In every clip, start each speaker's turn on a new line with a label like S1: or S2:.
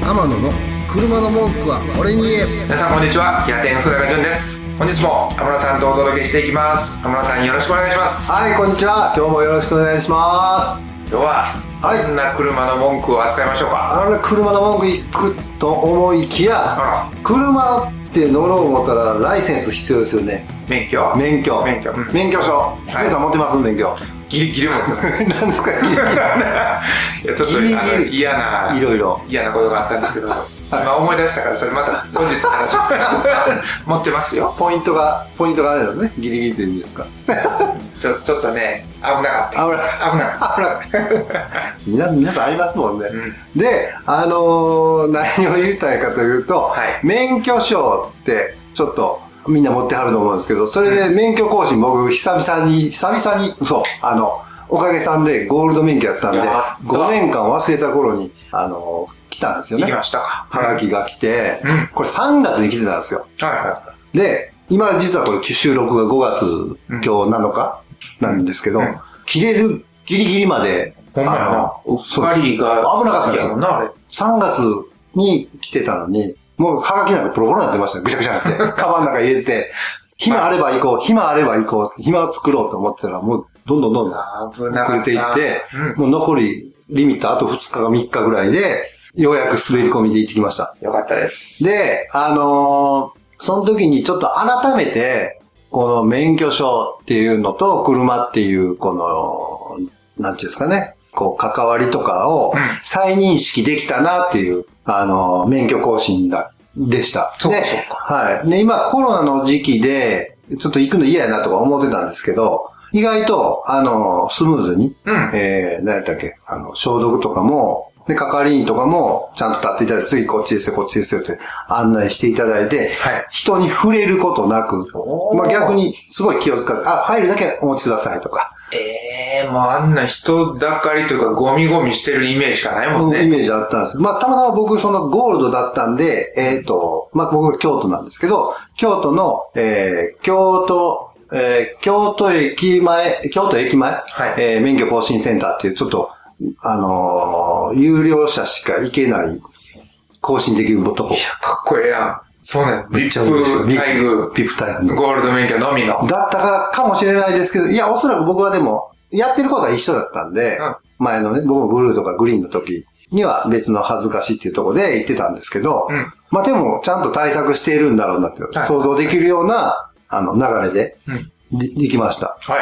S1: 天野の車の文句は俺に言え
S2: 皆さんこんにちはギアテン福永潤です本日も天野さんとお届けしていきます天野さんよろしくお願いします
S3: はい、こんにちは。今日もよろしくお願いします。
S2: 今日は
S3: はい
S2: どんな車の文句を扱いましょうか
S3: あれ、車の文句行くと思いきや、
S2: あ
S3: 車って乗ろう思ったらライセンス必要ですよね。
S2: ら免許
S3: 免許。
S2: 免許うん
S3: 免許証。皆、さん持ってます免許。
S2: ギリギ リも
S3: 何ですか
S2: いやちょっと
S3: ギリギリ
S2: あの嫌ない
S3: ろいろ。
S2: 嫌なことがあったんですけど、今思い出したからそれまた後日 話します持ってますよ
S3: ポイントが、ポイントがあれだね。ギリギリって言うんですか。
S2: ちょちょっとね危なかった
S3: 危な
S2: 危なかっ
S3: あほら、皆皆さんありますもんね。
S2: う
S3: で、あのー何を言いたいかというと、
S2: はい
S3: 免許証って、ちょっと、みんな持ってはると思うんですけど、それで免許更新、僕、久々に、久々に、そう、あの、おかげさんでゴールド免許やったんで、
S2: やった
S3: 5年間忘れた頃に、あのー来たんです
S2: た
S3: よ
S2: 行
S3: ね
S2: き。ましたか
S3: はがきが来て、
S2: うん
S3: これ3月に来てたんですよ。
S2: はいは
S3: で、今実はこれ収録が5月今日7日なんですけど、
S2: うん
S3: 切れるギリギリまで、
S2: いほんまやな
S3: の
S2: うっかりが
S3: そう危なかったですよ
S2: いやもんなあれ
S3: 3月に来てたのに、もうはがきなんかボロボロになってましたよぐちゃぐちゃに なって。カバンの中入れて、暇あれば行こう、暇あれば行こう、暇を作ろうと思ってたら、もうどんどんどんどん
S2: 危な
S3: 遅
S2: か
S3: れ
S2: って
S3: い
S2: た
S3: って、
S2: うん
S3: もう残りリミットあと2日か3日ぐらいで、ようやく滑り込みで行ってきました。
S2: よかったです
S3: で、あのーその時にちょっと改めて、この免許証っていうのと車っていう、この、なんていうんですかね、こう、関わりとかを再認識できたなっていう、あのー免許更新だ、でした。
S2: そうか
S3: で
S2: そうか
S3: はい。で、今コロナの時期で、ちょっと行くの嫌やなとか思ってたんですけど、意外と、あのースムーズに、
S2: うん
S3: えー、何やったっけ、あの、消毒とかも、で、係員とかも、ちゃんと立っていただいて、次こっちですよ、こっちですよって案内していただいて、
S2: はい
S3: 人に触れることなく
S2: お、ー
S3: まあ逆にすごい気を使って、あ、入るだけお持ちくださいとか、
S2: ええもうあんな人だかりというか、ゴミゴミしてるイメージしかないもん
S3: そういうイ
S2: ね。
S3: メージあったんです。まあ、たまたま僕、そのゴールドだったんで、えっ、と、まあ、僕、京都なんですけど、京都の、えー、京都、えー、京都駅前、京都駅前、
S2: い
S3: えー免許更新センターっていう、ちょっと、あのー有料者しか行けない、更新できるとこ
S2: い。や、かっこええやん。そうね。
S3: め
S2: ビ
S3: っち
S2: ッ
S3: ゃ嬉しい
S2: プ待遇。
S3: ビップ待遇
S2: ゴールド免許のみの。
S3: だったからかもしれないですけど、いや、おそらく僕はでも、やってることは一緒だったんで、
S2: うん
S3: 前のね、僕もブルーとかグリーンの時には別の恥ずかしいっていうところで行ってたんですけど、
S2: うん
S3: まあでも、ちゃんと対策しているんだろうなって、
S2: い
S3: 想像できるような、あの、流れで、でできました。
S2: は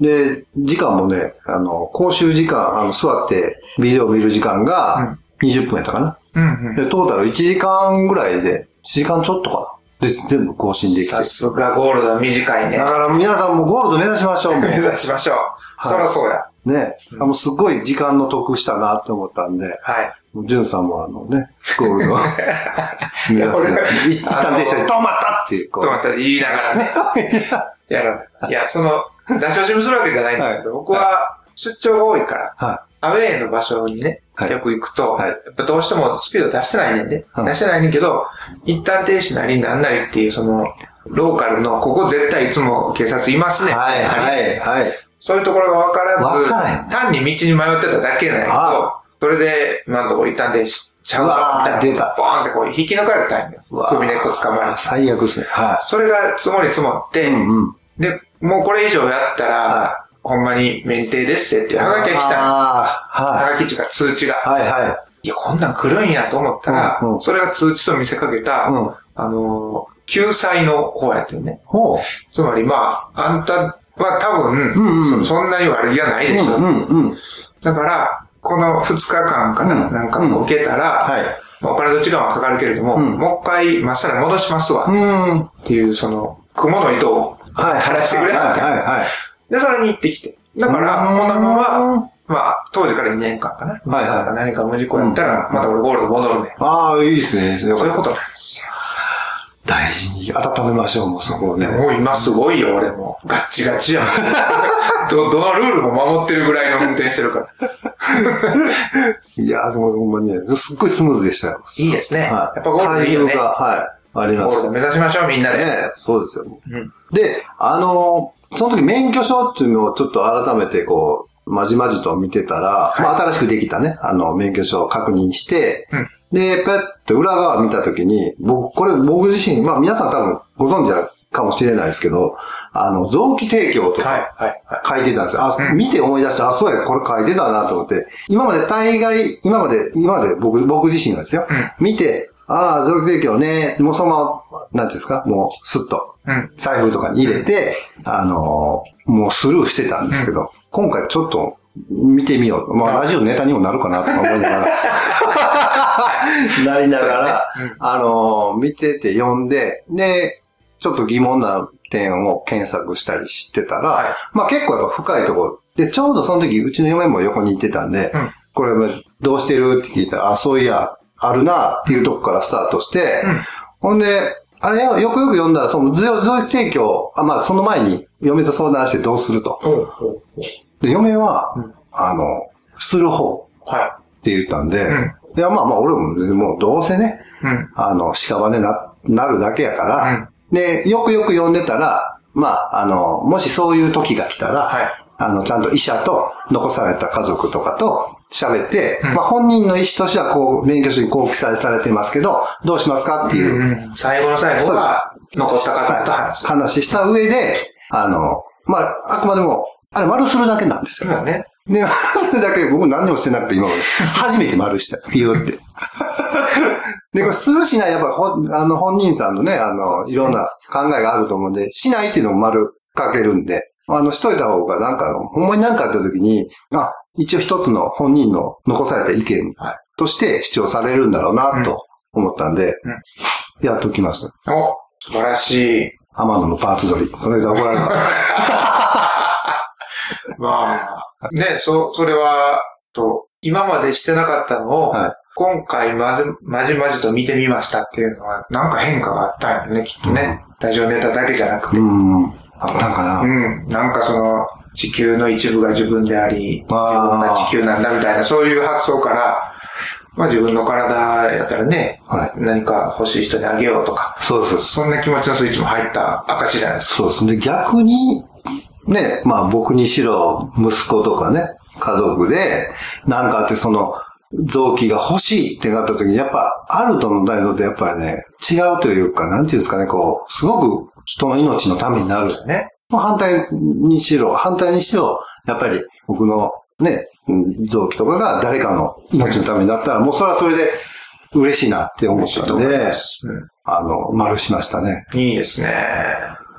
S2: い。
S3: で、時間もね、あの、講習時間、あの、座ってビデオ見る時間が20分やったかな。
S2: うんうん。
S3: で、トータル1時間ぐらいで、1時間ちょっとかな。で、全部更新できて
S2: さ。すがゴールド短いね
S3: だ。から皆さんもゴールド目指しましょう、 もう
S2: 目指しましょう。
S3: い
S2: そらそうや。
S3: ね、あの、すっごい時間の得したなって思ったんで、
S2: はい。
S3: ジュンさんもあのね、ゴール ドを目
S2: や俺
S3: 指して、い一旦電車で止まったっていう、
S2: ちょ
S3: こ
S2: っと待って、言いながらね。やらない。いや、その、出し惜しみするわけじゃないんだけ
S3: は
S2: ど、
S3: い
S2: 僕は出張が多いから、
S3: う。 は
S2: アウェイの場所にね、
S3: はい
S2: よく行くと、
S3: はい
S2: やっぱどうしてもスピード出してないねんで、
S3: うん
S2: 出してないねんけど、一旦停止なりなんなりっていう、その、ローカルの、ここ絶対いつも警察います
S3: い。
S2: ね。
S3: はい、
S2: やはり
S3: はい、はい。
S2: そういうところが分から
S3: 分
S2: ず、
S3: からへん
S2: 単に道に迷ってただけなんやけど
S3: あ、
S2: それで、今のところ一旦停止ちゃうぞ
S3: うわー、
S2: みたいな
S3: 出た
S2: ボーンってこう引き抜かれたんよ
S3: うわ。
S2: 首根っこ捕まえ
S3: あ
S2: ら
S3: 最悪ですね。は
S2: それが積もり積もって、
S3: い。うんうん。
S2: で、もうこれ以上やったら、
S3: は
S2: ほんまに免停ですってっていうハガキが来たんよ。ハ
S3: あ
S2: ガキっていうか通知が。
S3: あ、はい。はい、はい
S2: や、こんなん来るんやと思ったら、
S3: うんうん
S2: それが通知と見せかけた、
S3: うん
S2: あのー救済の方やってるね
S3: い。。ほう。
S2: つまり、まあ、あんたは多分、
S3: うんうん
S2: そそんなに悪気はないうでしょ。
S3: ん、うん、うん。
S2: だから、この2日間かな、
S3: うん
S2: なんかこう受けたら、
S3: はい
S2: まあお金と時間はかかるけれども、
S3: うん
S2: もう一回まっさらに戻しますわ、
S3: う
S2: っ
S3: ーん。
S2: ていう、その、雲の糸を
S3: はい。
S2: 垂らしてくれ
S3: はい、
S2: な
S3: はい、はい。
S2: で、それに行ってきて。だから、
S3: うん
S2: このまま、まあ、当時から2年間かな。
S3: はいはい
S2: だから何か無事故やったら、また俺ゴールド戻るね。
S3: ああ、いいですね。そう
S2: そういうことなんですよ。
S3: 大事に温めましょう、もうそこをね。
S2: もう今すごいよ、俺も。ガッチガチやん。 ど、どのルールも守ってるぐらいの運転してるから。
S3: いやー、でもほんまにね、すっごいスムーズでしたよ。
S2: いいですね
S3: はい。
S2: やっぱゴールドいいよね
S3: 対応が、はい。ありま
S2: ゴールド
S3: す。
S2: 目指しましょう、みんなで。
S3: ねそうですよね。
S2: うん
S3: で、あのーその時免許証っていうのをちょっと改めてこう、まじまじと見てたら、まあ、新しくできたね、あの、免許証を確認して、
S2: うん
S3: で、ペッて裏側見たときに、僕、これ僕自身、まあ皆さん多分ご存知かもしれないですけど、あの、臓器提供と
S2: はい
S3: か、
S2: はいはい。
S3: 書いてたんですよ。あ、
S2: うん
S3: 見て思い出して、あ、そうや、これ書いてたなと思って、今まで大概、今まで、今まで僕、僕自身がですよ。見て、ああ、臓器提供ね、もうそのまま、なんていうんですか、もう、スッと、
S2: うん。
S3: 財布とかに入れて、あのーもうスルーしてたんですけど、今回ちょっと見てみよう。まあ、
S2: あ
S3: ラジオネタにもなるかなとか思いながら、なりながら、
S2: そうやね
S3: あのー見てて読んで、で、ちょっと疑問な点を検索したりしてたら、
S2: はい
S3: まあ結構やっぱ深いところ。で、ちょうどその時、うちの嫁も横にいてたんで、
S2: うん
S3: これ、どうしてるって聞いたら、あ、そういや、あるなっていうとこからスタートして、
S2: うん
S3: ほんで、あれよ、よくよく読んだら、その、ずよ、臓器提供、あ、まあ、その前に、嫁と相談してどうすると。
S2: ほうほうほ
S3: で、嫁は、
S2: うん
S3: あの、する方
S2: う。は
S3: って言ったんで、
S2: う
S3: いや、まあまあ、俺も、もう、どうせね、
S2: い。うん。
S3: あの、屍な、なるだけやから、で、よくよく読んでたら、まあ、あの、もしそういう時が来たら、
S2: はい。
S3: あの、ちゃんと医者と残された家族とかと喋って、
S2: うん
S3: まあ本人の意思としてはこう、免許証にこう記載されてますけど、どうしますかっていうう、
S2: ん。最後の最後は、残った家族と話す。
S3: 話した上で、あの、まあ、あくまでも、あれ丸するだけなんです
S2: 今
S3: よ。
S2: ね。
S3: で、丸するだけ、僕何もしてなくて今まで。初めて丸した。ピューって。で、これするしない、やっぱほん、あの、本人さんのね、あ
S2: そう
S3: の、
S2: ですね
S3: いろんな考えがあると思うんで、しないっていうのも丸かけるんで、あの、しといた方がなんか、ほんまになんかあった時に、あ、一応一つの本人の残された意見
S2: はい
S3: として主張されるんだろうな、と思ったんで、
S2: うん
S3: やっときました。
S2: お、素晴らしい。
S3: 天野のパーツ取り。これで怒られるから。
S2: まあ、ね、そ、それは、と、今までしてなかったのを、
S3: はい
S2: 今回まず、まじまじと見てみましたっていうのは、なんか変化があったんよね、きっとね。ラジオネタだけじゃなくて。
S3: うん。あったんかな。
S2: うん。なんかその、地球の一部が自分であり、自
S3: あー
S2: 分が地球なんだみたいな、そういう発想から、まあ自分の体やったらね、
S3: はい
S2: 何か欲しい人にあげようとか、
S3: そうそうそう。
S2: そんな気持ちのスイッチも入った証じゃないですか。
S3: そうですね。逆に、ね、まあ僕にしろ、息子とかね、家族で、なんかあってその、臓器が欲しいってなった時に、やっぱ、あるとのないので、やっぱりね、違うというか、なんていうんですかね、こう、すごく人の命のためになる。
S2: ね。
S3: 反対にしろ、反対にしろ、やっぱり僕のね、うん臓器とかが誰かの命のためになったら、もうそれはそれで嬉しいなって思ったので、あの、丸しましたね。
S2: うん。いいですね。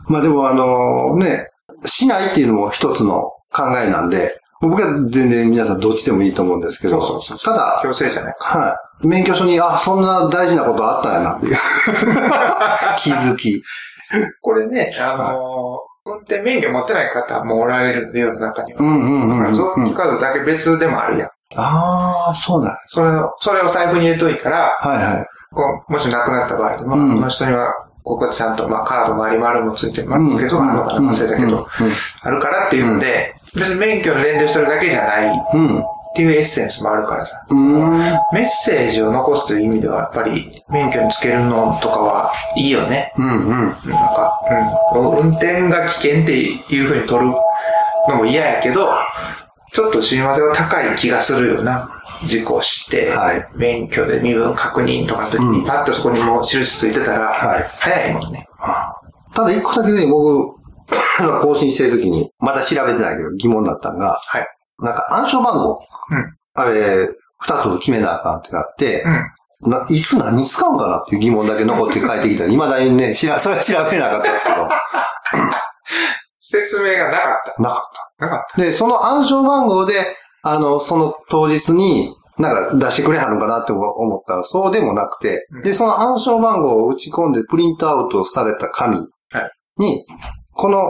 S3: まあでもあのね、しないっていうのも一つの考えなんで、僕は全然皆さんどっちでもいいと思うんですけど、
S2: そうそうそう
S3: ただ、
S2: 強制じゃないか。
S3: はい、免許証に、あ、そんな大事なことあったんやなっ ていう気づき。
S2: これね、あのー運転免許持ってない方もおられるので、世の中には。
S3: うんうんうんうん、
S2: 臓器カードだけ別でもあるやん。
S3: ああ、そうなん
S2: それを、それを財布に入れといたら、
S3: はいはい。
S2: こう、もし亡くなった場合でも、
S3: うん
S2: この人には、ここでちゃんと、まあ、カードもあり丸もついて、まあ、つけとかあるのか
S3: うん
S2: な、忘れたけど、あるからっていうので、別に免許に連動してるだけじゃないっ
S3: うん。うん
S2: ていうエッセンスもあるからさ、
S3: うん。うん
S2: メッセージを残すという意味では、やっぱり、免許につけるのとかはいいよね。
S3: うんうん。
S2: うんなんか、うん、運転が危険っていう風に取るのも嫌やけど、ちょっと親和性は高い気がするよな。事故して、
S3: はい
S2: 免許で身分確認とかの時に、パッとそこにもう印ついてたら、
S3: はい
S2: 早いもんね。
S3: ただ一個だけね、僕、あの更新してるときに、まだ調べてないけど疑問だったんが、
S2: はい。
S3: なんか暗証番号。
S2: うん
S3: あれ、二つ決めなあかんってなって
S2: う、ん。
S3: ないつ何に使うんかなっていう疑問だけ残って帰ってきたら、未だにね、知ら、それは調べなかったんですけど、
S2: 説明がなかっ。
S3: なかった。
S2: なかった
S3: で、その暗証番号で、あの、その当日に、なんか出してくれはるんかなって思ったら、そうでもなくて
S2: うん、
S3: で、その暗証番号を打ち込んでプリントアウトされた紙に、この、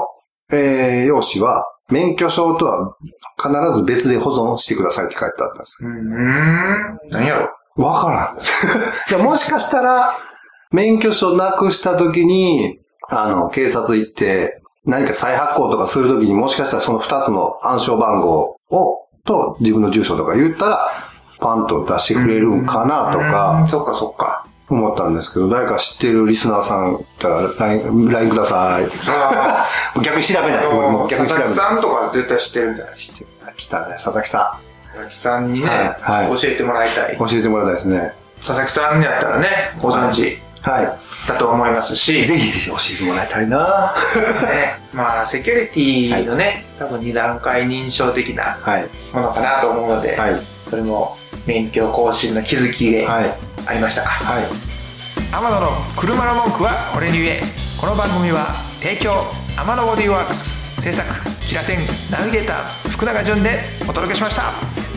S3: えー用紙は、免許証とは必ず別で保存してくださいって書いてあったんです。
S2: た。うーん。何やろ。
S3: わからん。 じゃあもしかしたら、免許証なくした時に、あの、警察行って、何か再発行とかする時にもしかしたらその二つの暗証番号を、と自分の住所とか言ったら、パンと出してくれるんかなと
S2: う
S3: か
S2: ん。そっかそっか。
S3: 思ったんですけど、誰か知ってるリスナーさんいたら LINE、LINE ください。
S2: あ
S3: 逆に調 べない。俺も
S2: の
S3: う
S2: 佐
S3: 逆に調
S2: 々
S3: べな
S2: 木
S3: い。
S2: さんとか絶対知ってるんじゃない
S3: 知ってきたね、佐々木さ
S2: 佐々木さんにね、
S3: はいはい
S2: 教えてもらいたい
S3: ん。。教えてもらいたいですね。
S2: 佐々木さんにやったらね、ご存知
S3: は
S2: だと思いますし、
S3: い。ぜひぜひ教えてもらいたいな
S2: ね、まあ、セキュリティのね、多分2段階認証的な
S3: はい。
S2: ものかなと思うので、
S3: はい。
S2: それも免許更新の気づきで
S3: はい。
S2: ありましたか。
S3: はい。
S2: 天野の車の文句は俺に言えこの番組は提供天野ボディーワークス制作キラテンナビゲーター福永潤でお届けしました